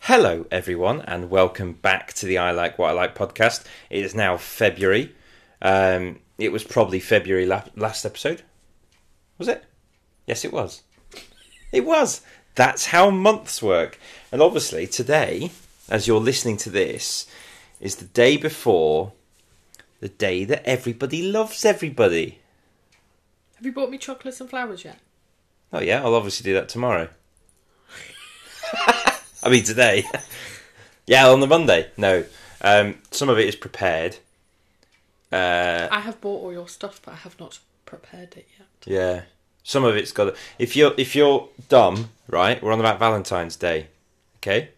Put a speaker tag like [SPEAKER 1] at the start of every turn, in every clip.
[SPEAKER 1] Hello, everyone, and welcome back to the I Like What I Like podcast. It is now February. Um, it was probably February la- last episode. Was it? Yes, it was. It was. That's how months work. And obviously, today, as you're listening to this, is the day before the day that everybody loves everybody.
[SPEAKER 2] Have you bought me chocolates and flowers yet?
[SPEAKER 1] Oh, yeah, I'll obviously do that tomorrow. I mean, today. yeah, on the Monday. No. Um, some of it is prepared. Uh,
[SPEAKER 2] I have bought all your stuff, but I have not prepared it yet.
[SPEAKER 1] yeah. Some of it's got. If you're if you're dumb, right? We're on about Valentine's Day, okay?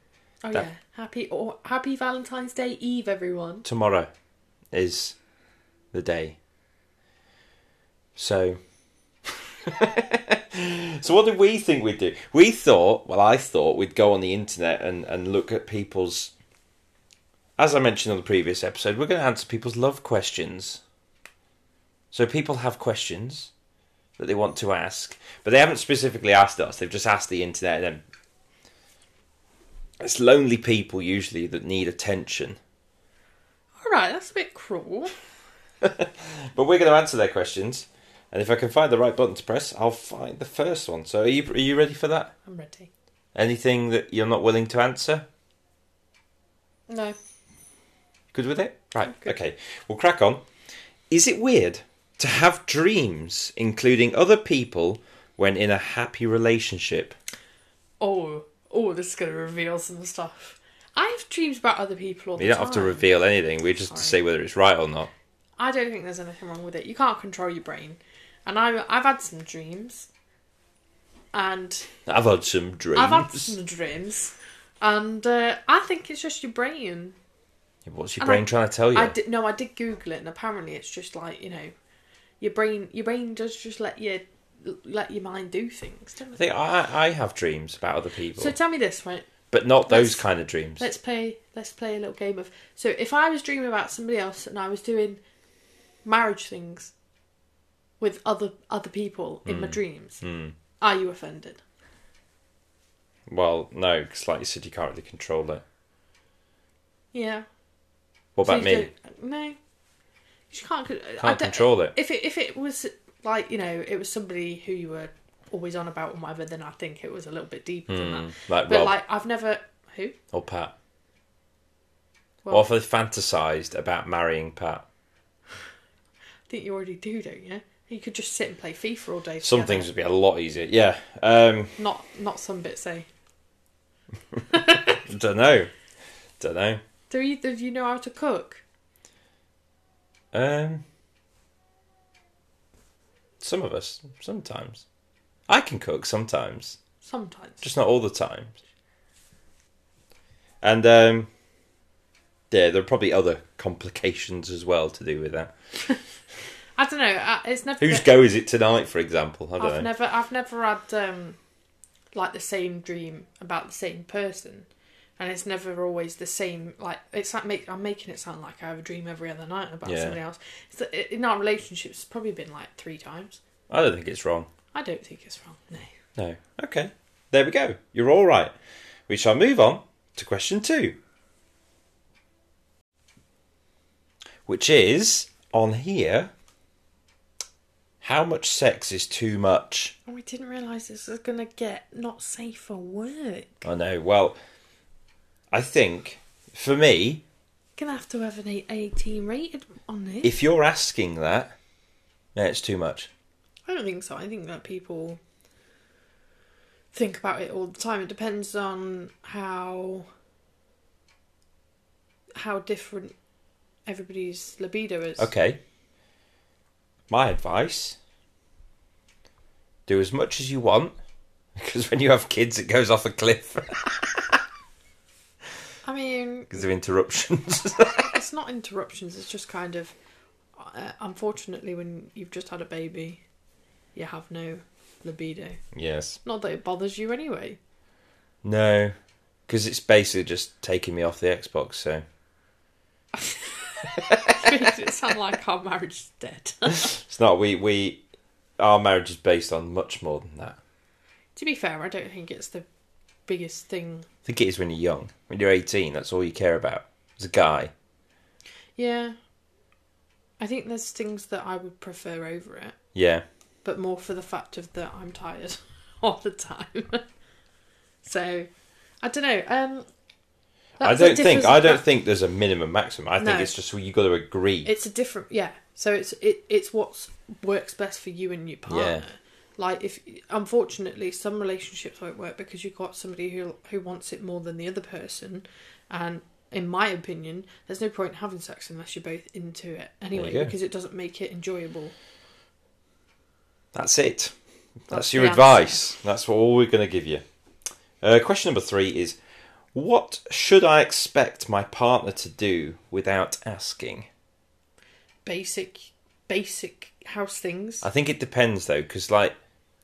[SPEAKER 2] Oh
[SPEAKER 1] That-
[SPEAKER 2] yeah, happy or happy Valentine's Day Eve, everyone.
[SPEAKER 1] tomorrow is the day. So, so what did we think we'd do? We thought, well, I thought we'd go on the internet and, and look at people's. As I mentioned on the previous episode, we're going to answer people's love questions. So people have questions that they want to ask, but they haven't specifically asked us. They've just asked the internet, and it's lonely people usually that need attention.
[SPEAKER 2] All right, that's a bit cruel.
[SPEAKER 1] But we're going to answer their questions, and if I can find the right button to press, I'll find the first one. So, are you are you ready for that?
[SPEAKER 2] I'm ready.
[SPEAKER 1] Anything that you're not willing to answer?
[SPEAKER 2] No,
[SPEAKER 1] Good with it? Right.
[SPEAKER 2] Good.
[SPEAKER 1] Okay. We'll crack on. Is it weird to have dreams, including other people, when in a happy relationship?
[SPEAKER 2] oh, oh, this is gonna reveal some stuff. I have dreams about other people all the
[SPEAKER 1] You don't
[SPEAKER 2] time.
[SPEAKER 1] have to reveal anything. We just
[SPEAKER 2] Sorry.
[SPEAKER 1] say whether it's right or not.
[SPEAKER 2] I don't think there's anything wrong with it. You can't control your brain, and I, I've had some dreams, and
[SPEAKER 1] I've had some dreams.
[SPEAKER 2] I've had some dreams, and uh, I think it's just your brain.
[SPEAKER 1] What's your
[SPEAKER 2] And
[SPEAKER 1] brain
[SPEAKER 2] I-
[SPEAKER 1] trying to tell you?
[SPEAKER 2] I did no, I did Google it, and apparently it's just like you know, your brain, your brain does just let you let your mind do things,
[SPEAKER 1] I
[SPEAKER 2] doesn't it?
[SPEAKER 1] think I, I have dreams about other people,
[SPEAKER 2] So tell me this, right?
[SPEAKER 1] but not those
[SPEAKER 2] let's-
[SPEAKER 1] kind of dreams.
[SPEAKER 2] Let's play. Let's play a little game of. So if I was dreaming about somebody else and I was doing marriage things with other other people in my
[SPEAKER 1] Hmm.
[SPEAKER 2] dreams, are you offended?
[SPEAKER 1] Well, no, because like you said, you can't really control it.
[SPEAKER 2] Yeah.
[SPEAKER 1] What
[SPEAKER 2] So
[SPEAKER 1] about
[SPEAKER 2] you
[SPEAKER 1] me?
[SPEAKER 2] don't- No. You just can't. Can't
[SPEAKER 1] Can't control it.
[SPEAKER 2] If it if it was like you know it was somebody who you were always on about and whatever, then I think it was a little bit deeper than that.
[SPEAKER 1] Like
[SPEAKER 2] But
[SPEAKER 1] Rob
[SPEAKER 2] like I've never who
[SPEAKER 1] or Pat.
[SPEAKER 2] Well-
[SPEAKER 1] or if they fantasised about marrying Pat.
[SPEAKER 2] I think you already do, don't you? You could just sit and play FIFA all day.
[SPEAKER 1] Some
[SPEAKER 2] together.
[SPEAKER 1] things would be a lot easier. Yeah. Um,
[SPEAKER 2] not not some bits. eh? Say,
[SPEAKER 1] don't know. Don't know.
[SPEAKER 2] do either of you know how to cook?
[SPEAKER 1] Um, some of us, sometimes. I can cook sometimes,
[SPEAKER 2] Sometimes.
[SPEAKER 1] just not all the time. And um, yeah, there are probably other complications as well to do with that.
[SPEAKER 2] I don't know. I, it's never.
[SPEAKER 1] Whose go is it tonight, for example? I don't
[SPEAKER 2] I've
[SPEAKER 1] know.
[SPEAKER 2] never I've never had um like the same dream about the same person. And it's never always the same. Like it's like make, I'm making it sound like I have a dream every other night about
[SPEAKER 1] Yeah.
[SPEAKER 2] somebody else. It's, in our relationship, it's probably been like three times.
[SPEAKER 1] I don't think it's wrong.
[SPEAKER 2] I don't think it's wrong. No.
[SPEAKER 1] No. Okay. There we go. You're all right. We shall move on to question two, which is on here. How much sex is too much?
[SPEAKER 2] Oh, I didn't realise this was gonna get not safe for work.
[SPEAKER 1] I know. Well, I think for me,
[SPEAKER 2] Gonna have to have an eight- 18 rated on this.
[SPEAKER 1] if you're asking that, yeah, it's too much.
[SPEAKER 2] I don't think so. I think that people think about it all the time. It depends on how how different everybody's libido is.
[SPEAKER 1] Okay. My advice do as much as you want, because when you have kids, it goes off a cliff.
[SPEAKER 2] I mean,
[SPEAKER 1] because of interruptions.
[SPEAKER 2] it's not interruptions. It's just kind of uh, unfortunately when you've just had a baby, you have no libido.
[SPEAKER 1] yes.
[SPEAKER 2] Not that it bothers you anyway.
[SPEAKER 1] No, because it's basically just taking me off the Xbox. So
[SPEAKER 2] Makes it sound like our marriage is dead.
[SPEAKER 1] it's not. We we our marriage is based on much more than that.
[SPEAKER 2] to be fair, I don't think it's the biggest thing.
[SPEAKER 1] I think it is when you're young. When you're 18, that's all you care about. As a guy,
[SPEAKER 2] Yeah. I think there's things that I would prefer over it,
[SPEAKER 1] yeah,
[SPEAKER 2] but more for the fact of that I'm tired all the time. so, I don't know. Um,
[SPEAKER 1] I
[SPEAKER 2] that's a
[SPEAKER 1] don't think
[SPEAKER 2] difference-
[SPEAKER 1] I don't
[SPEAKER 2] that-
[SPEAKER 1] think there's a minimum maximum. I think
[SPEAKER 2] No.
[SPEAKER 1] it's just you got to agree.
[SPEAKER 2] it's a different yeah so it's it it's what works best for you and your partner like if unfortunately some relationships won't work because you've got somebody who who wants it more than the other person and in my opinion there's no point in having sex unless you're both into it anyway
[SPEAKER 1] go.
[SPEAKER 2] because it doesn't make it enjoyable
[SPEAKER 1] That's it. That's
[SPEAKER 2] That's
[SPEAKER 1] your
[SPEAKER 2] the
[SPEAKER 1] advice. That's what all we're going to give you. Uh, question number three is What should I expect my partner to do without asking?
[SPEAKER 2] basic basic house things
[SPEAKER 1] I think it depends though, because like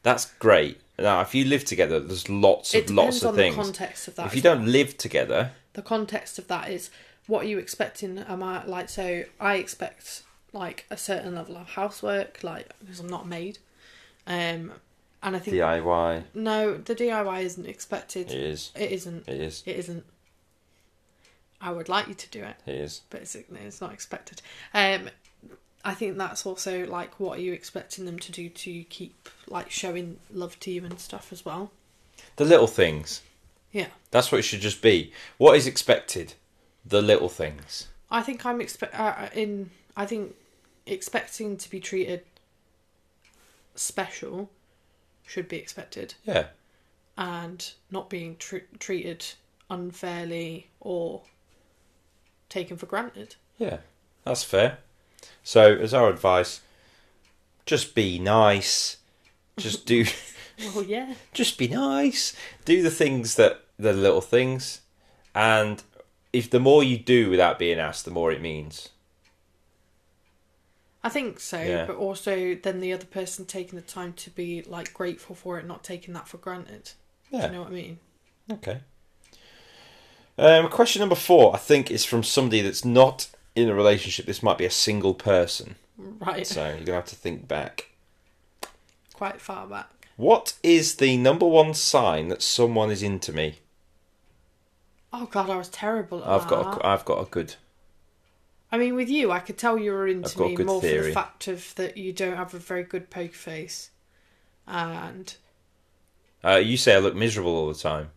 [SPEAKER 1] that's great. Now, if you live together, there's lots
[SPEAKER 2] it
[SPEAKER 1] of lots
[SPEAKER 2] depends
[SPEAKER 1] of
[SPEAKER 2] on the
[SPEAKER 1] things.
[SPEAKER 2] context of that
[SPEAKER 1] if you don't live together,
[SPEAKER 2] the context of that is what are you expecting am i like so i expect like a certain level of housework like because i'm not made um and i think
[SPEAKER 1] DIY
[SPEAKER 2] no the diy isn't expected
[SPEAKER 1] it is,
[SPEAKER 2] it isn't
[SPEAKER 1] it is,
[SPEAKER 2] it isn't i would like you to do it
[SPEAKER 1] it is.
[SPEAKER 2] but it's, it's not expected um i think that's also like what are you expecting them to do to keep like showing love to you and stuff as well
[SPEAKER 1] The little things.
[SPEAKER 2] yeah
[SPEAKER 1] That's what it should just be. What is expected? The little things.
[SPEAKER 2] I think I'm expe- uh, in. I think expecting to be treated special should be expected,
[SPEAKER 1] Yeah,
[SPEAKER 2] and not being tr- treated unfairly or taken for granted.
[SPEAKER 1] yeah. That's fair. So, as our advice, just be nice. Just do.
[SPEAKER 2] Well, yeah,
[SPEAKER 1] just be nice. Do the things that the little things, and if the more you do without being asked, the more it means.
[SPEAKER 2] I think so.
[SPEAKER 1] Yeah.
[SPEAKER 2] But also, then the other person taking the time to be like grateful for it, not taking that for granted. Do
[SPEAKER 1] Yeah.
[SPEAKER 2] you know what I mean?
[SPEAKER 1] Okay. Um, question number four, I think, is from somebody that's not in a relationship. This might be a single person,
[SPEAKER 2] Right,
[SPEAKER 1] so you're gonna have to think back.
[SPEAKER 2] quite far back.
[SPEAKER 1] What is the number one sign that someone is into me?
[SPEAKER 2] Oh God, I was terrible at
[SPEAKER 1] I've
[SPEAKER 2] that.
[SPEAKER 1] got, a, I've got a good.
[SPEAKER 2] I mean, with you, I could tell you were
[SPEAKER 1] I've
[SPEAKER 2] into
[SPEAKER 1] got
[SPEAKER 2] me
[SPEAKER 1] good
[SPEAKER 2] more for
[SPEAKER 1] theory.
[SPEAKER 2] the fact of that you don't have a very good poker face, and
[SPEAKER 1] Uh, you say I look miserable all the time.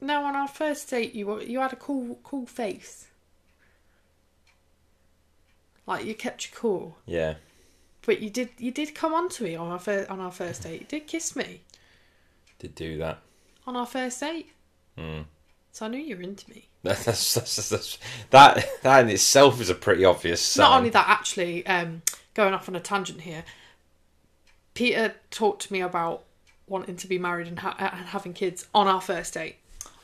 [SPEAKER 2] no, on our first date, you were, you had a cool cool face, like you kept you cool.
[SPEAKER 1] Yeah.
[SPEAKER 2] But you did you did come on to me on our first on our first date. You did kiss me
[SPEAKER 1] Did do that.
[SPEAKER 2] on our first date.
[SPEAKER 1] Hmm.
[SPEAKER 2] So I knew you were into me.
[SPEAKER 1] That's, that's, that's, that's, that that in itself is a pretty obvious sign.
[SPEAKER 2] Not only that, actually, um, going off on a tangent here, Peter talked to me about wanting to be married and, ha- uh, and having kids on our first date.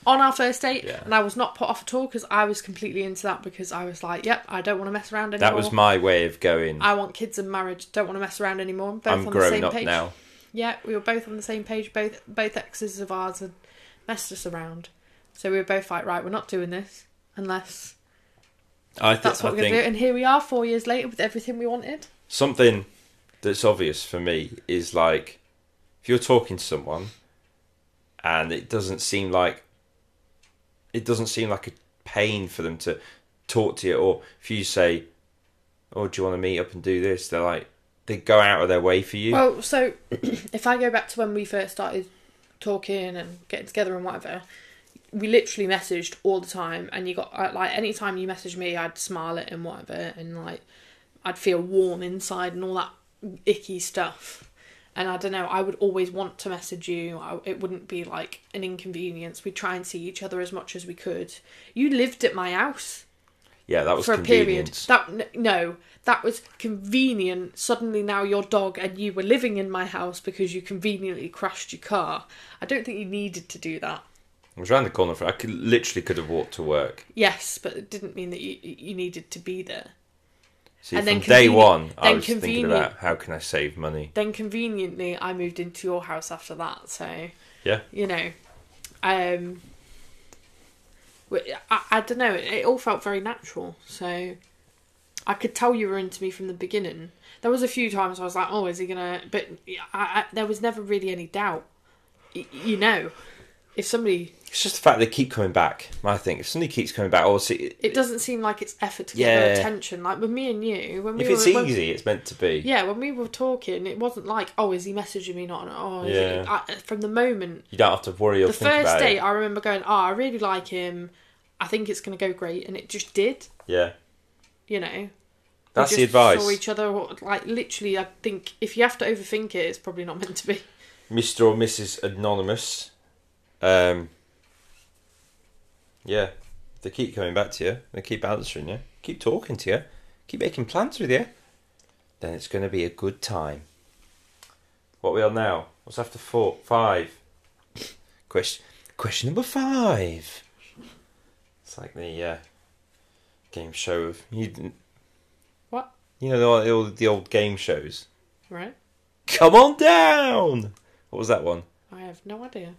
[SPEAKER 2] On our first date,
[SPEAKER 1] Yeah.
[SPEAKER 2] and I was not put off at all because I was completely into that because I was like, yep, I don't want to mess around anymore.
[SPEAKER 1] that was my way of going.
[SPEAKER 2] I want kids and marriage. Don't want to mess around anymore. Both
[SPEAKER 1] I'm
[SPEAKER 2] on the
[SPEAKER 1] grown
[SPEAKER 2] same
[SPEAKER 1] up
[SPEAKER 2] page.
[SPEAKER 1] now.
[SPEAKER 2] Yeah, we were both on the same page. Both both exes of ours had messed us around, so we were both like, right, we're not doing this unless
[SPEAKER 1] I, th-
[SPEAKER 2] that's what
[SPEAKER 1] I
[SPEAKER 2] we're going
[SPEAKER 1] think
[SPEAKER 2] to do. And here we are, four years later, with everything we wanted.
[SPEAKER 1] something that's obvious for me is like if you're talking to someone and it doesn't seem like it doesn't seem like a pain for them to talk to you or if you say oh do you want to meet up and do this they're like they go out of their way for you
[SPEAKER 2] Well, so if I go back to when we first started talking and getting together and whatever, we literally messaged all the time, and you got uh, like any time you messaged me, I'd smile at and whatever, and like I'd feel warm inside and all that icky stuff. And I don't know, I would always want to message you. I, it wouldn't be like an inconvenience. We'd try and see each other as much as we could. You lived at my house
[SPEAKER 1] yeah that was
[SPEAKER 2] for a period.
[SPEAKER 1] convenience
[SPEAKER 2] That n- no, that was convenient. Suddenly now your dog and you were living in my house because you conveniently crashed your car. I don't think you needed to do that.
[SPEAKER 1] i was round the corner for i could literally could have walked to work
[SPEAKER 2] Yes, but it didn't mean that you you needed to be there.
[SPEAKER 1] see
[SPEAKER 2] And
[SPEAKER 1] from
[SPEAKER 2] then
[SPEAKER 1] day
[SPEAKER 2] convenient-
[SPEAKER 1] one i
[SPEAKER 2] then
[SPEAKER 1] was thinking
[SPEAKER 2] convenient.
[SPEAKER 1] about how can i save money
[SPEAKER 2] Then conveniently I moved into your house after that. So
[SPEAKER 1] yeah
[SPEAKER 2] you know, um, w- I, I don't know. It, it all felt very natural, so I could tell you were into me from the beginning. There was a few times I was like, "Oh, is he gonna?" But I, I, there was never really any doubt. Y- you know, if somebody,
[SPEAKER 1] It's just the fact they keep coming back. I think if somebody keeps coming back, or see,
[SPEAKER 2] it doesn't seem like it's effort to get
[SPEAKER 1] Yeah.
[SPEAKER 2] their attention. Like with me and you, when we
[SPEAKER 1] if
[SPEAKER 2] were,
[SPEAKER 1] it's
[SPEAKER 2] when-
[SPEAKER 1] easy, it's meant to be.
[SPEAKER 2] yeah, when we were talking, it wasn't like, oh, is he messaging me not? Oh, is
[SPEAKER 1] Yeah.
[SPEAKER 2] it, I, from the moment
[SPEAKER 1] You don't have to worry or
[SPEAKER 2] the
[SPEAKER 1] think
[SPEAKER 2] first
[SPEAKER 1] about
[SPEAKER 2] date,
[SPEAKER 1] it.
[SPEAKER 2] I remember going, oh, I really like him. I think it's going to go great, and it just did.
[SPEAKER 1] Yeah,
[SPEAKER 2] You know, We
[SPEAKER 1] that's the
[SPEAKER 2] just
[SPEAKER 1] advice.
[SPEAKER 2] Saw each other or, like literally. I think if you have to overthink it, it's probably not meant to be.
[SPEAKER 1] Mr. or Mrs. Anonymous. Um, yeah, they keep coming back to you. They keep answering you. Keep talking to you. Keep making plans with you. Then it's going to be a good time. What we are now? What's after four? Five. Question. Question number five. It's like the uh, game show of you. didn't-
[SPEAKER 2] What?
[SPEAKER 1] You know the old- the old, the old game shows.
[SPEAKER 2] Right?
[SPEAKER 1] Come on down. What was that one?
[SPEAKER 2] I have no idea.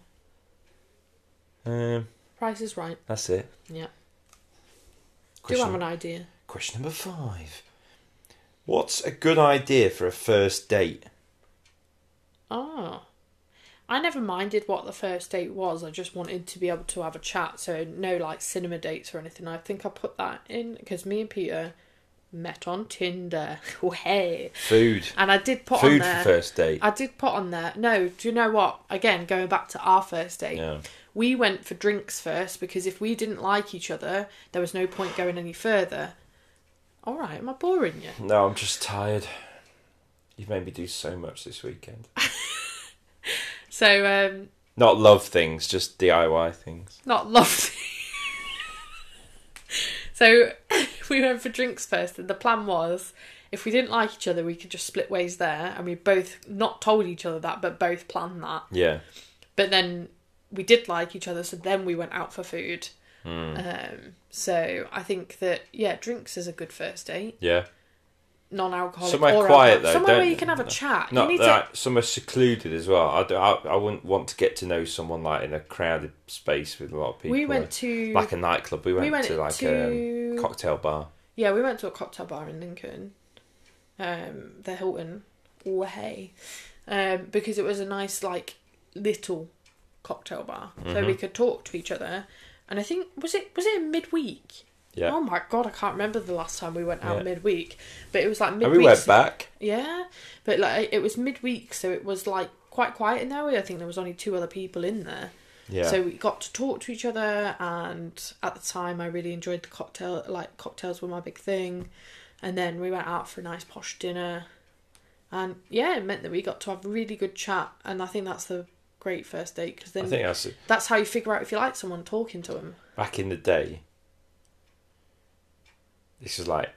[SPEAKER 1] Um,
[SPEAKER 2] Price is right.
[SPEAKER 1] That's it.
[SPEAKER 2] Yeah. Do
[SPEAKER 1] Question,
[SPEAKER 2] have an idea.
[SPEAKER 1] question number five. What's a good idea for a first date?
[SPEAKER 2] Oh. I never minded what the first date was. I just wanted to be able to have a chat. So, no like cinema dates or anything. I think I put that in because me and Peter met on Tinder. Oh, hey.
[SPEAKER 1] Food.
[SPEAKER 2] And I did put on
[SPEAKER 1] Food for
[SPEAKER 2] there.
[SPEAKER 1] first date.
[SPEAKER 2] I did put on there. No, do you know what? Again, going back to our first date,
[SPEAKER 1] Yeah.
[SPEAKER 2] we went for drinks first because if we didn't like each other, there was no point going any further. All right, am I boring you?
[SPEAKER 1] No, I'm just tired. You've made me do so much this weekend.
[SPEAKER 2] So, um,
[SPEAKER 1] Not love things, just DIY things.
[SPEAKER 2] not loved. so, we went for drinks first, and the plan was if we didn't like each other, we could just split ways there, and we both not told each other that, but both planned that.
[SPEAKER 1] Yeah.
[SPEAKER 2] but then we did like each other, so then we went out for food.
[SPEAKER 1] Hmm.
[SPEAKER 2] Um, so I think that yeah, drinks is a good first date,
[SPEAKER 1] Yeah.
[SPEAKER 2] non-alcoholic.
[SPEAKER 1] Somewhere
[SPEAKER 2] or
[SPEAKER 1] quiet,
[SPEAKER 2] alcoholic.
[SPEAKER 1] though,
[SPEAKER 2] Somewhere where
[SPEAKER 1] don't-
[SPEAKER 2] you can have a chat.
[SPEAKER 1] Not
[SPEAKER 2] you need
[SPEAKER 1] like somewhere secluded as well. I, don't- I, I wouldn't want to get to know someone like in a crowded space with a lot of
[SPEAKER 2] to.
[SPEAKER 1] people.
[SPEAKER 2] We went to
[SPEAKER 1] like a nightclub. We went,
[SPEAKER 2] we went
[SPEAKER 1] to like a
[SPEAKER 2] to-
[SPEAKER 1] um, cocktail bar.
[SPEAKER 2] yeah, we went to a cocktail bar in Lincoln, um, the Hilton. Oh hey, um, because it was a nice like little cocktail bar, so
[SPEAKER 1] Mm-hmm.
[SPEAKER 2] we could talk to each other. And I think was it was it midweek?
[SPEAKER 1] Yeah.
[SPEAKER 2] Oh my god, I can't remember the last time we went out
[SPEAKER 1] Yeah.
[SPEAKER 2] midweek, but it was like midweek.
[SPEAKER 1] and we went
[SPEAKER 2] so-
[SPEAKER 1] back.
[SPEAKER 2] Yeah, but like it was midweek, so it was like quite quiet in there. I think there was only two other people in there,
[SPEAKER 1] Yeah.
[SPEAKER 2] so we got to talk to each other. And at the time, I really enjoyed the cocktail. Like cocktails were my big thing, and then we went out for a nice posh dinner, and yeah, it meant that we got to have really good chat. And I think that's the great first date because
[SPEAKER 1] I
[SPEAKER 2] then
[SPEAKER 1] think that's
[SPEAKER 2] that's how you figure out if you like someone talking to them.
[SPEAKER 1] back in the day, this is like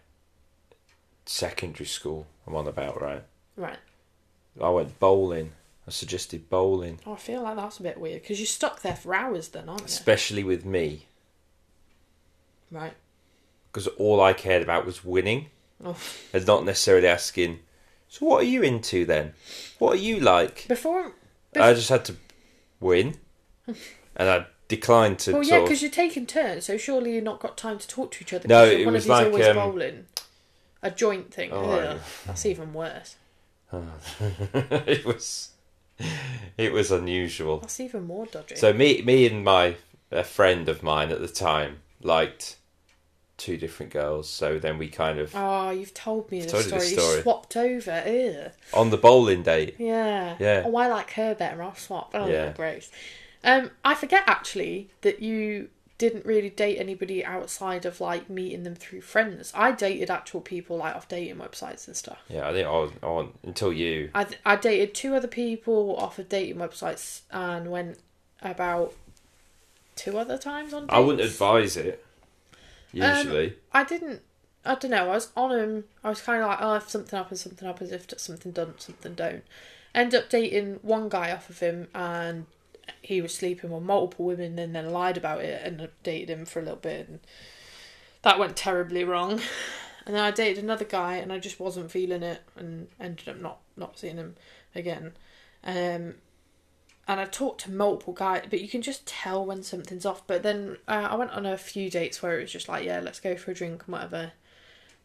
[SPEAKER 1] secondary school, I'm on about, right?
[SPEAKER 2] Right.
[SPEAKER 1] I went bowling. I suggested bowling,
[SPEAKER 2] Oh, I feel like that's a bit weird because you're stuck there for hours, then, aren't you?
[SPEAKER 1] especially with me,
[SPEAKER 2] right.
[SPEAKER 1] because all I cared about was winning
[SPEAKER 2] Oh.
[SPEAKER 1] and not necessarily asking, So, what are you into then? What are you like?
[SPEAKER 2] Before
[SPEAKER 1] I just had to win, and I declined to
[SPEAKER 2] Well, yeah,
[SPEAKER 1] sort of
[SPEAKER 2] because you're taking turns, so surely you've not got time to talk to each other.
[SPEAKER 1] No,
[SPEAKER 2] 'cause
[SPEAKER 1] it
[SPEAKER 2] one
[SPEAKER 1] was
[SPEAKER 2] of you's
[SPEAKER 1] like,
[SPEAKER 2] always
[SPEAKER 1] um,
[SPEAKER 2] bowling. A joint thing.
[SPEAKER 1] Oh,
[SPEAKER 2] Ugh,
[SPEAKER 1] yeah.
[SPEAKER 2] that's even worse.
[SPEAKER 1] it was it was unusual.
[SPEAKER 2] That's even more dodgy.
[SPEAKER 1] So me, me and my a friend of mine at the time liked two different girls. So then we kind of
[SPEAKER 2] oh, you've told me the
[SPEAKER 1] told you
[SPEAKER 2] story.
[SPEAKER 1] this
[SPEAKER 2] You
[SPEAKER 1] story.
[SPEAKER 2] swapped over. Ugh.
[SPEAKER 1] on the bowling date.
[SPEAKER 2] Yeah.
[SPEAKER 1] Yeah.
[SPEAKER 2] Oh, I like her better. I'll swap. Oh,
[SPEAKER 1] Yeah.
[SPEAKER 2] gross. Um, I forget actually that you didn't really date anybody outside of like meeting them through friends. I dated actual people like off dating websites and stuff.
[SPEAKER 1] Yeah, I think I, was, I was- until you.
[SPEAKER 2] I, I dated two other people off of dating websites and went about two other times on dates.
[SPEAKER 1] I wouldn't advise it.
[SPEAKER 2] Um,
[SPEAKER 1] Usually,
[SPEAKER 2] I didn't. I don't know. I was on them. I was kind of like, oh, if something happens, something happens. If something doesn't, something don't. End up dating one guy off of him, and he was sleeping with multiple women, and then lied about it, and dated him for a little bit, and that went terribly wrong. And then I dated another guy, and I just wasn't feeling it, and ended up not not seeing him again. Um, and I talked to multiple guys, but you can just tell when something's off. But then uh, I went on a few dates where it was just like, yeah, let's go for a drink and whatever,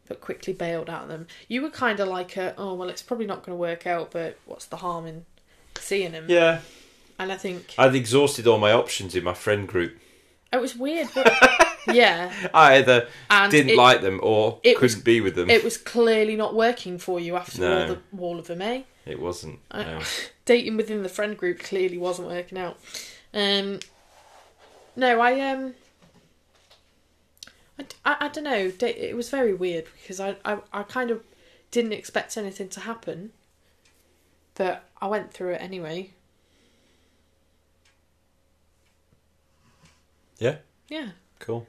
[SPEAKER 2] but quickly bailed out of them. You were kind of like, a, oh, well, it's probably not going to work out, but what's the harm in seeing him?
[SPEAKER 1] yeah,
[SPEAKER 2] And I think
[SPEAKER 1] I'd exhausted all my options in my friend group.
[SPEAKER 2] it was weird, but yeah,
[SPEAKER 1] I either
[SPEAKER 2] and
[SPEAKER 1] didn't
[SPEAKER 2] it,
[SPEAKER 1] like them or
[SPEAKER 2] it
[SPEAKER 1] couldn't
[SPEAKER 2] was-
[SPEAKER 1] be with them.
[SPEAKER 2] it
[SPEAKER 1] It,
[SPEAKER 2] was clearly not working for you after
[SPEAKER 1] No.
[SPEAKER 2] all the wall of them, eh?
[SPEAKER 1] wasn't.
[SPEAKER 2] I-
[SPEAKER 1] no.
[SPEAKER 2] dating within the friend group clearly wasn't working out. Um, no, I um, I, don't know. It was very weird because I, I I kind of didn't expect anything to happen, but I went through it anyway.
[SPEAKER 1] Yeah,
[SPEAKER 2] Yeah,
[SPEAKER 1] cool.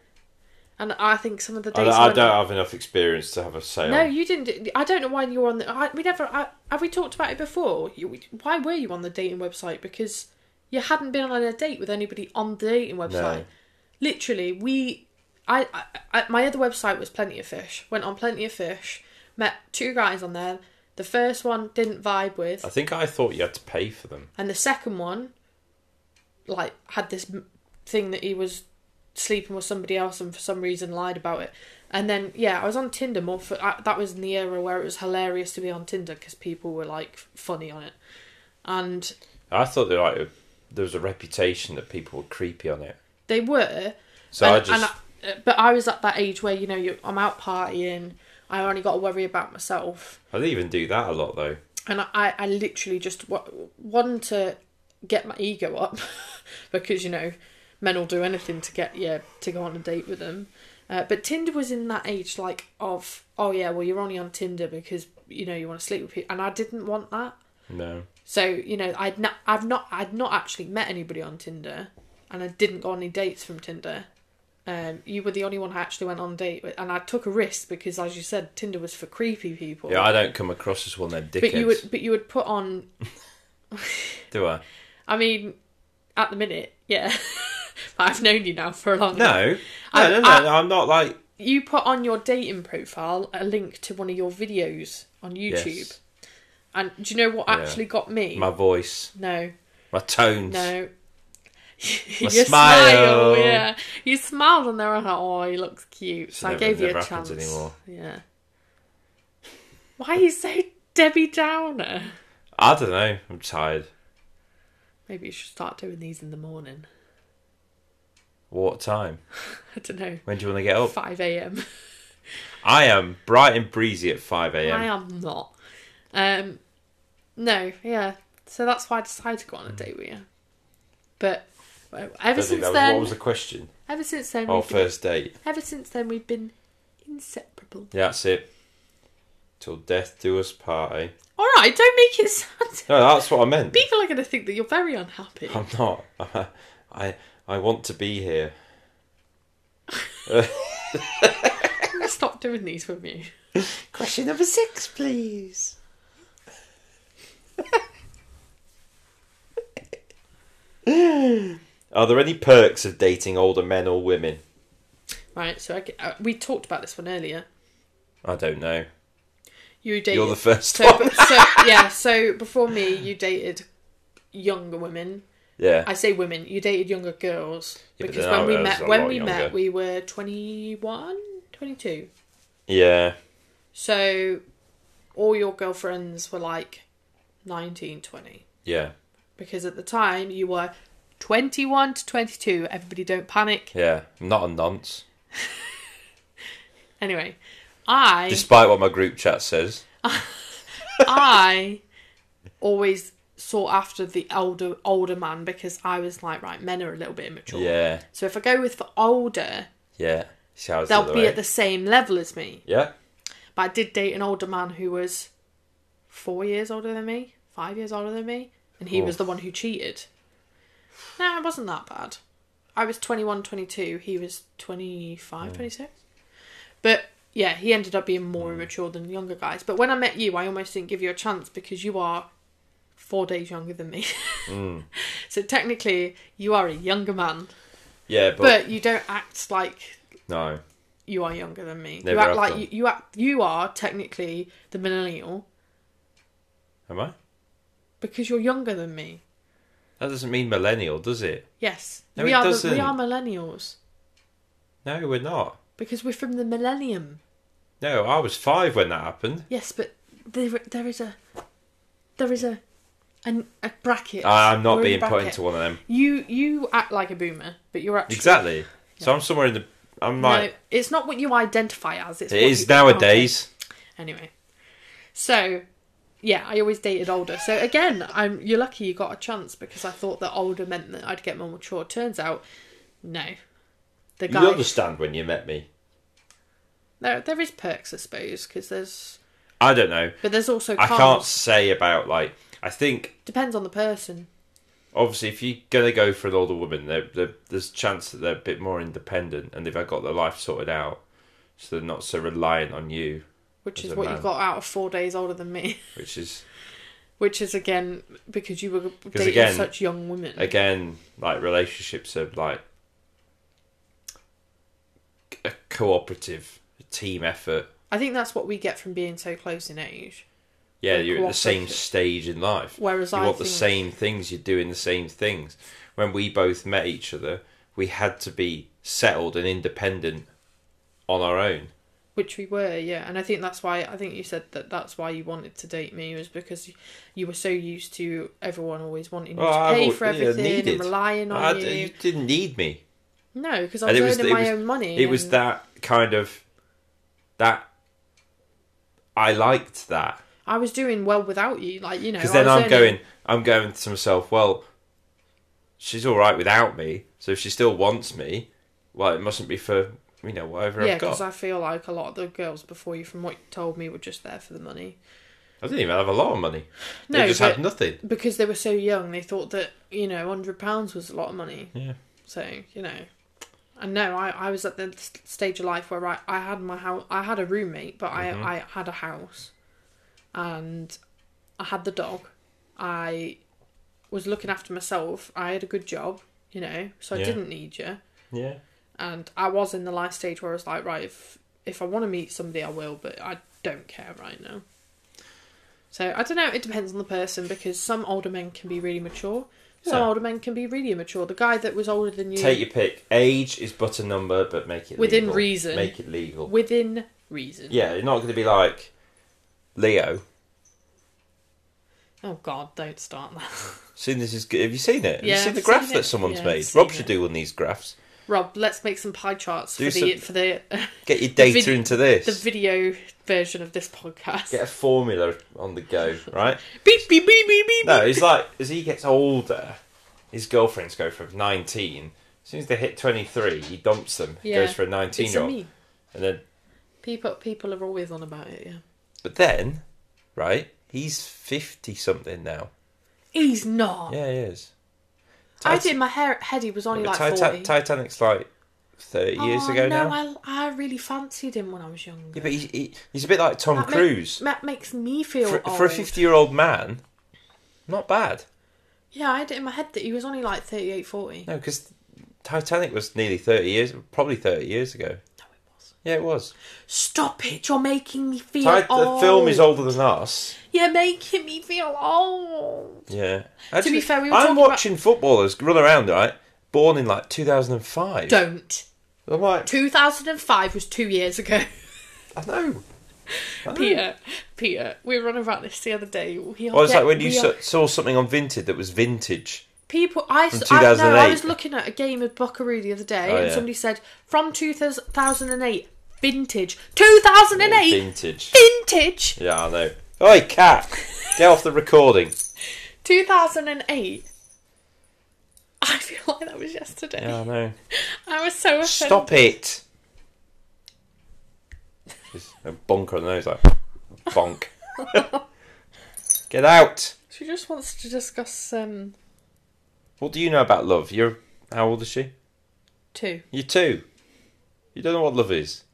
[SPEAKER 2] and I think some of the
[SPEAKER 1] I, don't-
[SPEAKER 2] days
[SPEAKER 1] I
[SPEAKER 2] when-
[SPEAKER 1] don't have enough experience to have a say
[SPEAKER 2] No,
[SPEAKER 1] on.
[SPEAKER 2] you didn't. I don't know why you were on the. I, we never. I, have we talked about it before? You, why were you on the dating website? Because you hadn't been on a date with anybody on the dating website. Literally, we. I, I, I my other website was Plenty of Fish. Went on Plenty of Fish. Met two guys on there. The first one didn't vibe with,
[SPEAKER 1] I think I thought you had to pay for them.
[SPEAKER 2] and the second one, like, had this m- thing that he was sleeping with somebody else and for some reason lied about it. And then yeah, I was on Tinder more for I, that was in the era where it was hilarious to be on Tinder because people were like f- funny on it. And
[SPEAKER 1] I thought that like there was a reputation that people were creepy on it.
[SPEAKER 2] they were
[SPEAKER 1] So I
[SPEAKER 2] and,
[SPEAKER 1] just
[SPEAKER 2] and I- uh, but I was at that age where you know you I'm out partying, I only got to worry about myself.
[SPEAKER 1] I didn't even do that a lot though.
[SPEAKER 2] and I- I, I literally just wa- wanted to get my ego up because you know men will do anything to get yeah to go on a date with them uh, but tinder was in that age like of oh yeah well you're only on tinder because you know you want to sleep with people and i didn't want that
[SPEAKER 1] No.
[SPEAKER 2] so you know i'd not i've not i'd not actually met anybody on tinder and i didn't go on any dates from tinder um, you were the only one I actually went on a date with, and I took a risk because, as you said, Tinder was for creepy people.
[SPEAKER 1] Yeah, I don't come across as one of them dickheads.
[SPEAKER 2] but you would, but you would put on
[SPEAKER 1] Do I?
[SPEAKER 2] I mean, at the minute, yeah. but I've known you now for a long time.
[SPEAKER 1] No. No,
[SPEAKER 2] I-
[SPEAKER 1] no, no,
[SPEAKER 2] I-
[SPEAKER 1] no, I'm not like
[SPEAKER 2] You put on your dating profile a link to one of your videos on YouTube.
[SPEAKER 1] Yes.
[SPEAKER 2] And do you know what
[SPEAKER 1] Yeah.
[SPEAKER 2] actually got me?
[SPEAKER 1] my voice,
[SPEAKER 2] No,
[SPEAKER 1] my tones.
[SPEAKER 2] no.
[SPEAKER 1] My
[SPEAKER 2] your
[SPEAKER 1] smile.
[SPEAKER 2] yeah. You smiled on there and I thought, oh, he looks cute. So
[SPEAKER 1] never-
[SPEAKER 2] I gave you
[SPEAKER 1] never
[SPEAKER 2] a
[SPEAKER 1] happens
[SPEAKER 2] chance.
[SPEAKER 1] anymore.
[SPEAKER 2] Yeah. Why are you so Debbie Downer?
[SPEAKER 1] I don't know. I'm tired.
[SPEAKER 2] Maybe you should start doing these in the morning.
[SPEAKER 1] What time?
[SPEAKER 2] I don't know.
[SPEAKER 1] When do you want to get up?
[SPEAKER 2] 5 a.m.
[SPEAKER 1] I am bright and breezy at 5
[SPEAKER 2] I
[SPEAKER 1] a.m.
[SPEAKER 2] am not. Um, no, yeah. So that's why I decided to go on a date with you. But well,
[SPEAKER 1] I
[SPEAKER 2] ever
[SPEAKER 1] Hmm. don't think
[SPEAKER 2] since
[SPEAKER 1] that was,
[SPEAKER 2] then,
[SPEAKER 1] what was the question?
[SPEAKER 2] ever since then,
[SPEAKER 1] Oh,
[SPEAKER 2] we've been,
[SPEAKER 1] first date.
[SPEAKER 2] ever since then we've been inseparable.
[SPEAKER 1] Yeah, that's it. Till death do us part, eh?
[SPEAKER 2] All right, don't make it sound.
[SPEAKER 1] No, that's what I meant.
[SPEAKER 2] People are going to think that you're very unhappy.
[SPEAKER 1] I'm not. I I want to be here.
[SPEAKER 2] I'm going to stop doing these with you.
[SPEAKER 1] Question number six, please. Are there any perks of dating older men or women?
[SPEAKER 2] Right. So I get- uh, we talked about this one earlier.
[SPEAKER 1] I don't know.
[SPEAKER 2] You dated.
[SPEAKER 1] You're the first
[SPEAKER 2] so,
[SPEAKER 1] one.
[SPEAKER 2] so yeah. So before me, you dated younger women.
[SPEAKER 1] Yeah.
[SPEAKER 2] I say women. You dated younger girls
[SPEAKER 1] Yeah, but
[SPEAKER 2] because
[SPEAKER 1] then I
[SPEAKER 2] when we
[SPEAKER 1] was a
[SPEAKER 2] met, when
[SPEAKER 1] lot
[SPEAKER 2] we
[SPEAKER 1] younger.
[SPEAKER 2] met, we were 21, 22.
[SPEAKER 1] Yeah.
[SPEAKER 2] So all your girlfriends were like 19, 20
[SPEAKER 1] Yeah.
[SPEAKER 2] because at the time you were 21 to 22. Everybody don't panic.
[SPEAKER 1] Yeah. I'm not a nonce.
[SPEAKER 2] Anyway, I
[SPEAKER 1] Despite what my group chat says.
[SPEAKER 2] I always sought after the older older man because I was like, right, men are a little bit immature.
[SPEAKER 1] Yeah.
[SPEAKER 2] So if I go with for older,
[SPEAKER 1] Yeah. See how it's the
[SPEAKER 2] they'll
[SPEAKER 1] other
[SPEAKER 2] be
[SPEAKER 1] way.
[SPEAKER 2] at the same level as me.
[SPEAKER 1] Yeah.
[SPEAKER 2] But I did date an older man who was four years older than me, five years older than me, and he was the one who cheated. No, it wasn't that bad. I was 21, 22, he was 25, 26. But yeah, he ended up being more immature than the younger guys. But when I met you, I almost didn't give you a chance because you are four days younger than me. So technically, you are a younger man,
[SPEAKER 1] Yeah, but,
[SPEAKER 2] but you don't act like
[SPEAKER 1] no.
[SPEAKER 2] you are younger than me.
[SPEAKER 1] Never
[SPEAKER 2] you act
[SPEAKER 1] have
[SPEAKER 2] like
[SPEAKER 1] done.
[SPEAKER 2] you, you act you are technically the millennial
[SPEAKER 1] Am I?
[SPEAKER 2] because you're younger than me.
[SPEAKER 1] That doesn't mean millennial, does it?
[SPEAKER 2] Yes,
[SPEAKER 1] No,
[SPEAKER 2] we
[SPEAKER 1] it
[SPEAKER 2] are The,
[SPEAKER 1] doesn't.
[SPEAKER 2] we are millennials
[SPEAKER 1] No, we're not.
[SPEAKER 2] because we're from the millennium.
[SPEAKER 1] No, I was five when that happened.
[SPEAKER 2] Yes, but there there is a there is a and a bracket.
[SPEAKER 1] I'm not
[SPEAKER 2] We're in
[SPEAKER 1] being put
[SPEAKER 2] brackets.
[SPEAKER 1] into one of them.
[SPEAKER 2] You you act like a boomer, but you're actually
[SPEAKER 1] Exactly. So I'm somewhere in the. I'm like.
[SPEAKER 2] No, it's not what you identify as. It's
[SPEAKER 1] it
[SPEAKER 2] what
[SPEAKER 1] is
[SPEAKER 2] you-
[SPEAKER 1] nowadays.
[SPEAKER 2] Okay. Anyway, so yeah, I always dated older. So again, I'm you're lucky you got a chance because I thought that older meant that I'd get more mature. Turns out, no. The
[SPEAKER 1] You
[SPEAKER 2] guy
[SPEAKER 1] understand when you met me.
[SPEAKER 2] there there is perks, I suppose, because there's
[SPEAKER 1] I don't know.
[SPEAKER 2] but there's also
[SPEAKER 1] I
[SPEAKER 2] cons.
[SPEAKER 1] can't say about like. I think
[SPEAKER 2] Depends on the person.
[SPEAKER 1] obviously if you're gonna go for an older woman, they're, they're, there's a chance that they're a bit more independent and they've got their life sorted out, so they're not so reliant on you,
[SPEAKER 2] Which
[SPEAKER 1] As
[SPEAKER 2] is
[SPEAKER 1] a
[SPEAKER 2] what you
[SPEAKER 1] man.
[SPEAKER 2] got out of four days older than me.
[SPEAKER 1] which is
[SPEAKER 2] Which is again because you were dating
[SPEAKER 1] again-
[SPEAKER 2] such young women.
[SPEAKER 1] again like relationships are like a cooperative team effort.
[SPEAKER 2] I think that's what we get from being so close in age.
[SPEAKER 1] Yeah,
[SPEAKER 2] They're
[SPEAKER 1] you're at the same
[SPEAKER 2] cooperative.
[SPEAKER 1] stage in life.
[SPEAKER 2] Whereas
[SPEAKER 1] you
[SPEAKER 2] I
[SPEAKER 1] want the
[SPEAKER 2] think-
[SPEAKER 1] same things, you're doing the same things. When we both met each other, we had to be settled and independent on our own.
[SPEAKER 2] Which we were, yeah, and I think that's why I think you said that that's why you wanted to date me was because you, you were so used to everyone always wanting you
[SPEAKER 1] Well,
[SPEAKER 2] to
[SPEAKER 1] I've
[SPEAKER 2] pay
[SPEAKER 1] al-
[SPEAKER 2] for
[SPEAKER 1] yeah,
[SPEAKER 2] everything
[SPEAKER 1] needed.
[SPEAKER 2] and relying on
[SPEAKER 1] I-
[SPEAKER 2] you.
[SPEAKER 1] you didn't need me.
[SPEAKER 2] No, because I
[SPEAKER 1] And
[SPEAKER 2] was
[SPEAKER 1] it was-
[SPEAKER 2] earning
[SPEAKER 1] it
[SPEAKER 2] my
[SPEAKER 1] was-
[SPEAKER 2] own money.
[SPEAKER 1] It was
[SPEAKER 2] and
[SPEAKER 1] that kind of that I liked that
[SPEAKER 2] I was doing well without you, like you know.
[SPEAKER 1] because
[SPEAKER 2] I
[SPEAKER 1] then
[SPEAKER 2] was
[SPEAKER 1] I'm
[SPEAKER 2] earning-
[SPEAKER 1] going I'm going to myself. Well, she's all right without me. So if she still wants me, well, it mustn't be for you know whatever
[SPEAKER 2] Yeah,
[SPEAKER 1] I've got.
[SPEAKER 2] because
[SPEAKER 1] I...
[SPEAKER 2] I feel like a lot of the girls before you, from what you told me, were just there for the money.
[SPEAKER 1] didn't even have a lot of money. They
[SPEAKER 2] No,
[SPEAKER 1] just
[SPEAKER 2] but-
[SPEAKER 1] had nothing.
[SPEAKER 2] Because they were so young, they thought that you know, hundred pounds was a lot of money.
[SPEAKER 1] Yeah.
[SPEAKER 2] So you know, and no, I, I was at the s- stage of life where I, I had my house, I had a roommate, but
[SPEAKER 1] Mm-hmm.
[SPEAKER 2] I I had a house, and I had the dog. I was looking after myself. I had a good job, you know, so I
[SPEAKER 1] Yeah.
[SPEAKER 2] didn't need you.
[SPEAKER 1] Yeah.
[SPEAKER 2] And I was in the life stage where I was like, right, if if I want to meet somebody, I will, but I don't care right now. So I don't know. It depends on the person because some older men can be really mature. Some
[SPEAKER 1] Yeah.
[SPEAKER 2] older men can be really immature. The guy that was older than you,
[SPEAKER 1] Take your pick. Age is but a number, but make it
[SPEAKER 2] Within
[SPEAKER 1] legal.
[SPEAKER 2] reason.
[SPEAKER 1] Make it legal.
[SPEAKER 2] within reason.
[SPEAKER 1] Yeah, you're not going to be like Leo.
[SPEAKER 2] Oh God, don't start that.
[SPEAKER 1] Seen this is good. Have you seen it? Have
[SPEAKER 2] Yeah,
[SPEAKER 1] you seen the
[SPEAKER 2] I've
[SPEAKER 1] graph
[SPEAKER 2] seen
[SPEAKER 1] that
[SPEAKER 2] it.
[SPEAKER 1] someone's
[SPEAKER 2] Yeah, I've
[SPEAKER 1] made?
[SPEAKER 2] seen
[SPEAKER 1] Rob
[SPEAKER 2] it.
[SPEAKER 1] should do one of these graphs.
[SPEAKER 2] Rob, let's make some pie charts for
[SPEAKER 1] Do
[SPEAKER 2] the
[SPEAKER 1] some-
[SPEAKER 2] for the
[SPEAKER 1] Get your data
[SPEAKER 2] vid-
[SPEAKER 1] into this.
[SPEAKER 2] the video version of this podcast.
[SPEAKER 1] Get a formula on the go, right?
[SPEAKER 2] Beep beep beep beep beep.
[SPEAKER 1] No, it's like as he gets older, his girlfriends go from 19. As soon as they hit 23, he dumps them. He
[SPEAKER 2] Yeah.
[SPEAKER 1] goes for a 19
[SPEAKER 2] It's
[SPEAKER 1] year
[SPEAKER 2] a
[SPEAKER 1] old.
[SPEAKER 2] meme.
[SPEAKER 1] And then,
[SPEAKER 2] People people are always on about it. Yeah,
[SPEAKER 1] but then, right? He's 50 something now.
[SPEAKER 2] he's not.
[SPEAKER 1] Yeah, he is.
[SPEAKER 2] I
[SPEAKER 1] Tit-
[SPEAKER 2] did my hair. Heady was only
[SPEAKER 1] but
[SPEAKER 2] like
[SPEAKER 1] Titan-
[SPEAKER 2] forty.
[SPEAKER 1] Titanic's like 30 years
[SPEAKER 2] Oh,
[SPEAKER 1] ago
[SPEAKER 2] no,
[SPEAKER 1] now.
[SPEAKER 2] I, I really fancied him when I was younger.
[SPEAKER 1] Yeah, but he, he, he's a bit like Tom
[SPEAKER 2] That ma-
[SPEAKER 1] Cruise.
[SPEAKER 2] That makes me feel
[SPEAKER 1] for,
[SPEAKER 2] old.
[SPEAKER 1] for a 50 year old man, not bad.
[SPEAKER 2] Yeah, I had it in my head that he was only like 38, 40. No,
[SPEAKER 1] No, because Titanic was nearly 30 years, probably 30 years ago.
[SPEAKER 2] it was.
[SPEAKER 1] Yeah, it was.
[SPEAKER 2] Stop it! You're making me feel
[SPEAKER 1] Ti-
[SPEAKER 2] old.
[SPEAKER 1] The film is older than us.
[SPEAKER 2] You're making me feel old.
[SPEAKER 1] Yeah.
[SPEAKER 2] be fair, we were
[SPEAKER 1] I'm
[SPEAKER 2] talking about-
[SPEAKER 1] watching footballers run around, right? Born in like 2005.
[SPEAKER 2] Don't.
[SPEAKER 1] I'm like,
[SPEAKER 2] 2005 was two years ago.
[SPEAKER 1] I know. I know.
[SPEAKER 2] Peter, Peter, we were on about this the other day. We are
[SPEAKER 1] Well, it's
[SPEAKER 2] get-
[SPEAKER 1] like when you
[SPEAKER 2] we are-
[SPEAKER 1] saw, saw something on Vinted that was vintage.
[SPEAKER 2] People, I,
[SPEAKER 1] From
[SPEAKER 2] I, no, I
[SPEAKER 1] 2008.
[SPEAKER 2] was looking at a game of Buckaroo the other day,
[SPEAKER 1] Oh,
[SPEAKER 2] and
[SPEAKER 1] yeah.
[SPEAKER 2] somebody said from 2008, vintage. 2008,
[SPEAKER 1] Vintage.
[SPEAKER 2] vintage.
[SPEAKER 1] Yeah, I know. Oi, cat! Get off the recording.
[SPEAKER 2] 2008. I feel like that was yesterday.
[SPEAKER 1] Yeah, I know.
[SPEAKER 2] I was so offended.
[SPEAKER 1] Stop it! Just a bonker on the nose, like bonk. Get out!
[SPEAKER 2] She just wants to discuss um
[SPEAKER 1] What do you know about love? You're how old is she?
[SPEAKER 2] two.
[SPEAKER 1] You're two. You don't know what love is.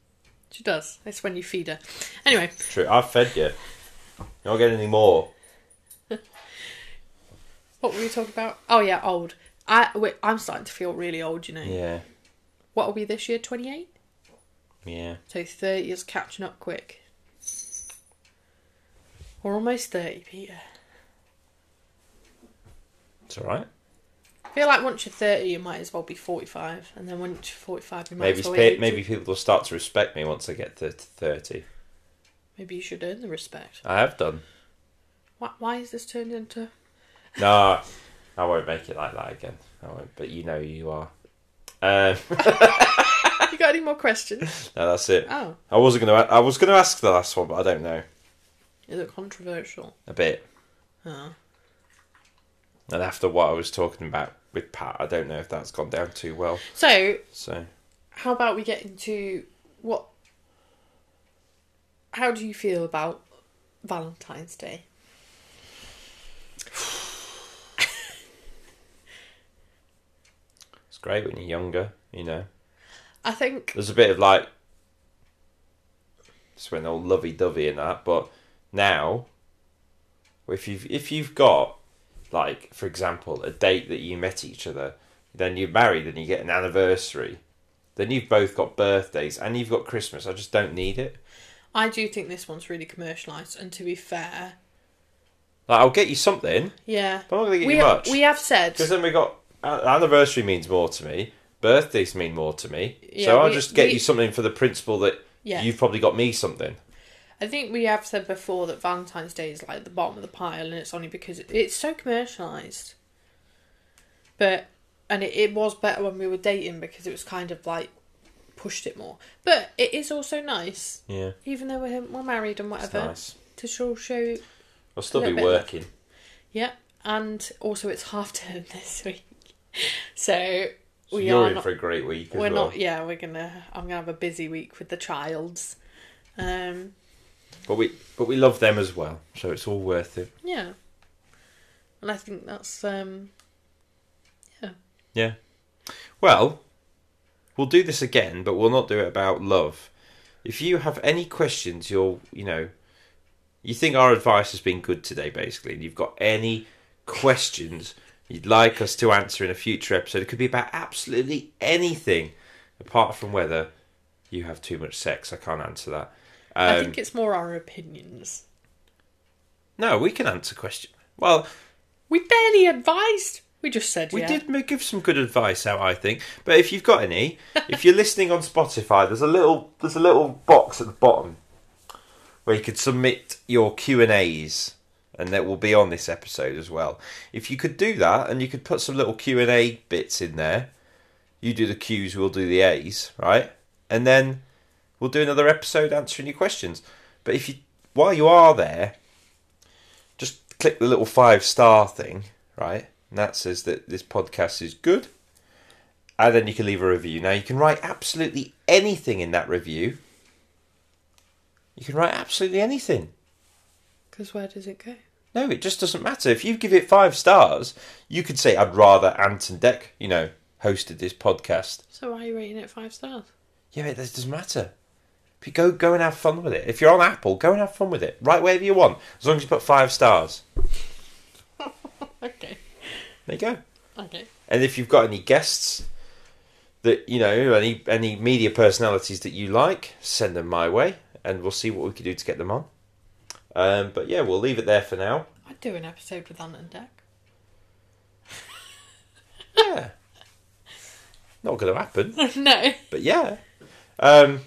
[SPEAKER 2] She does. It's when you feed her. Anyway,
[SPEAKER 1] True. I've fed you. You're not getting any more.
[SPEAKER 2] what were we talking about? Oh yeah, old. I wait, I'm starting to feel really old. You know.
[SPEAKER 1] Yeah.
[SPEAKER 2] What are we this year? Twenty eight.
[SPEAKER 1] Yeah.
[SPEAKER 2] So 30 is catching up quick. We're almost 30, Peter.
[SPEAKER 1] It's all right.
[SPEAKER 2] I feel like once you're 30, you might as well be 45. And then once you're 45, you might
[SPEAKER 1] Maybe
[SPEAKER 2] as well
[SPEAKER 1] it's pa-
[SPEAKER 2] be-
[SPEAKER 1] maybe people will start to respect me once I get to thirty.
[SPEAKER 2] Maybe you should earn the respect.
[SPEAKER 1] I have done.
[SPEAKER 2] Why, why has this turned into
[SPEAKER 1] No, I won't make it like that again. I won't, but you know who you are. Um,
[SPEAKER 2] You got any more questions?
[SPEAKER 1] no, that's it.
[SPEAKER 2] Oh,
[SPEAKER 1] I wasn't gonna. I was gonna ask the last one, but I don't know
[SPEAKER 2] is it controversial?
[SPEAKER 1] a bit.
[SPEAKER 2] Oh.
[SPEAKER 1] And after what I was talking about with Pat, I don't know if that's gone down too well.
[SPEAKER 2] So,
[SPEAKER 1] So
[SPEAKER 2] how about we get into what? How do you feel about Valentine's Day?
[SPEAKER 1] it's great when you're younger, you know.
[SPEAKER 2] I think
[SPEAKER 1] There's a bit of like, it's when all lovey dovey and that. But now, if you've if you've got like, for example, a date that you met each other, then you're married and you get an anniversary, then you've both got birthdays and you've got Christmas. I just don't need it.
[SPEAKER 2] I do think this one's really commercialised, and to be fair,
[SPEAKER 1] Like, I'll get you something,
[SPEAKER 2] yeah,
[SPEAKER 1] but I'm not gonna get
[SPEAKER 2] we
[SPEAKER 1] you much. uh,
[SPEAKER 2] we have said
[SPEAKER 1] Because then we got a- anniversary means more to me. Birthdays mean more to me.
[SPEAKER 2] Yeah,
[SPEAKER 1] so I'll
[SPEAKER 2] we-
[SPEAKER 1] just get
[SPEAKER 2] we-
[SPEAKER 1] you something for the principle that
[SPEAKER 2] Yeah.
[SPEAKER 1] you've probably got me something.
[SPEAKER 2] I think we have said before that Valentine's Day is like the bottom of the pile, and it's only because it's so commercialised. But and it, it was better when we were dating because it was kind of like pushed it more. But it is also nice,
[SPEAKER 1] Yeah,
[SPEAKER 2] even though we're we're married and
[SPEAKER 1] it's
[SPEAKER 2] whatever,
[SPEAKER 1] nice.
[SPEAKER 2] to show show.
[SPEAKER 1] I'll still
[SPEAKER 2] A
[SPEAKER 1] be
[SPEAKER 2] little bit of
[SPEAKER 1] working.
[SPEAKER 2] Yeah, and also it's half term this week, so
[SPEAKER 1] So
[SPEAKER 2] we
[SPEAKER 1] you're
[SPEAKER 2] are
[SPEAKER 1] in
[SPEAKER 2] not.
[SPEAKER 1] for a great week as
[SPEAKER 2] We're
[SPEAKER 1] well.
[SPEAKER 2] not. Yeah, we're gonna. I'm gonna have a busy week with the childs. Um,
[SPEAKER 1] But we but we love them as well, so it's all worth it.
[SPEAKER 2] Yeah. And I think that's um
[SPEAKER 1] Yeah. Well, we'll do this again, but we'll not do it about love. If you have any questions, you'll you know, you think our advice has been good today, basically, and you've got any questions you'd like us to answer in a future episode, it could be about absolutely anything, apart from whether you have too much sex. I can't answer that.
[SPEAKER 2] I
[SPEAKER 1] Um,
[SPEAKER 2] think it's more our opinions.
[SPEAKER 1] no, we can answer questions. Well,
[SPEAKER 2] We barely advised. We just said
[SPEAKER 1] We
[SPEAKER 2] yeah.
[SPEAKER 1] did ma- give some good advice out, I think. But if you've got any, if you're listening on Spotify, there's a little there's a little box at the bottom where you could submit your Q and A's, and that will be on this episode as well. If you could do that, and you could put some little Q and A bits in there, you do the Q's, we'll do the A's, right? And then we'll do another episode answering your questions. But if you while you are there, just click the little five star thing, right? And that says that this podcast is good. And then you can leave a review. Now you can write absolutely anything in that review. You can write absolutely anything.
[SPEAKER 2] Because where does it go?
[SPEAKER 1] No, it just doesn't matter. If you give it five stars, you could say, I'd rather Ant and Deck, you know, hosted this podcast.
[SPEAKER 2] So why are you rating it five stars?
[SPEAKER 1] Yeah, it doesn't matter. But go, go and have fun with it. If you're on Apple, go and have fun with it. Write whatever you want, as long as you put five stars.
[SPEAKER 2] Okay.
[SPEAKER 1] There you go.
[SPEAKER 2] Okay.
[SPEAKER 1] And if you've got any guests that you know, any any media personalities that you like, send them my way, and we'll see what we can do to get them on. Um, but yeah, we'll leave it there for now.
[SPEAKER 2] I'd do an episode with Ant and Deck.
[SPEAKER 1] Yeah, not going to happen,
[SPEAKER 2] no.
[SPEAKER 1] but yeah, um,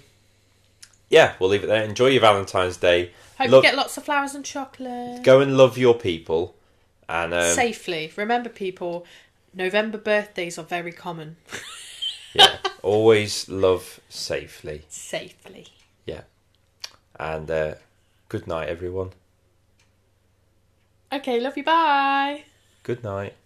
[SPEAKER 1] yeah, we'll leave it there. Enjoy your Valentine's Day.
[SPEAKER 2] Hope
[SPEAKER 1] Look-
[SPEAKER 2] you get lots of flowers and chocolate.
[SPEAKER 1] Go and love your people, and um,
[SPEAKER 2] Safely. Remember people, November birthdays are very common.
[SPEAKER 1] yeah, always love safely.
[SPEAKER 2] Safely.
[SPEAKER 1] Yeah, and uh, good night, everyone.
[SPEAKER 2] Okay, love you, bye.
[SPEAKER 1] Good night.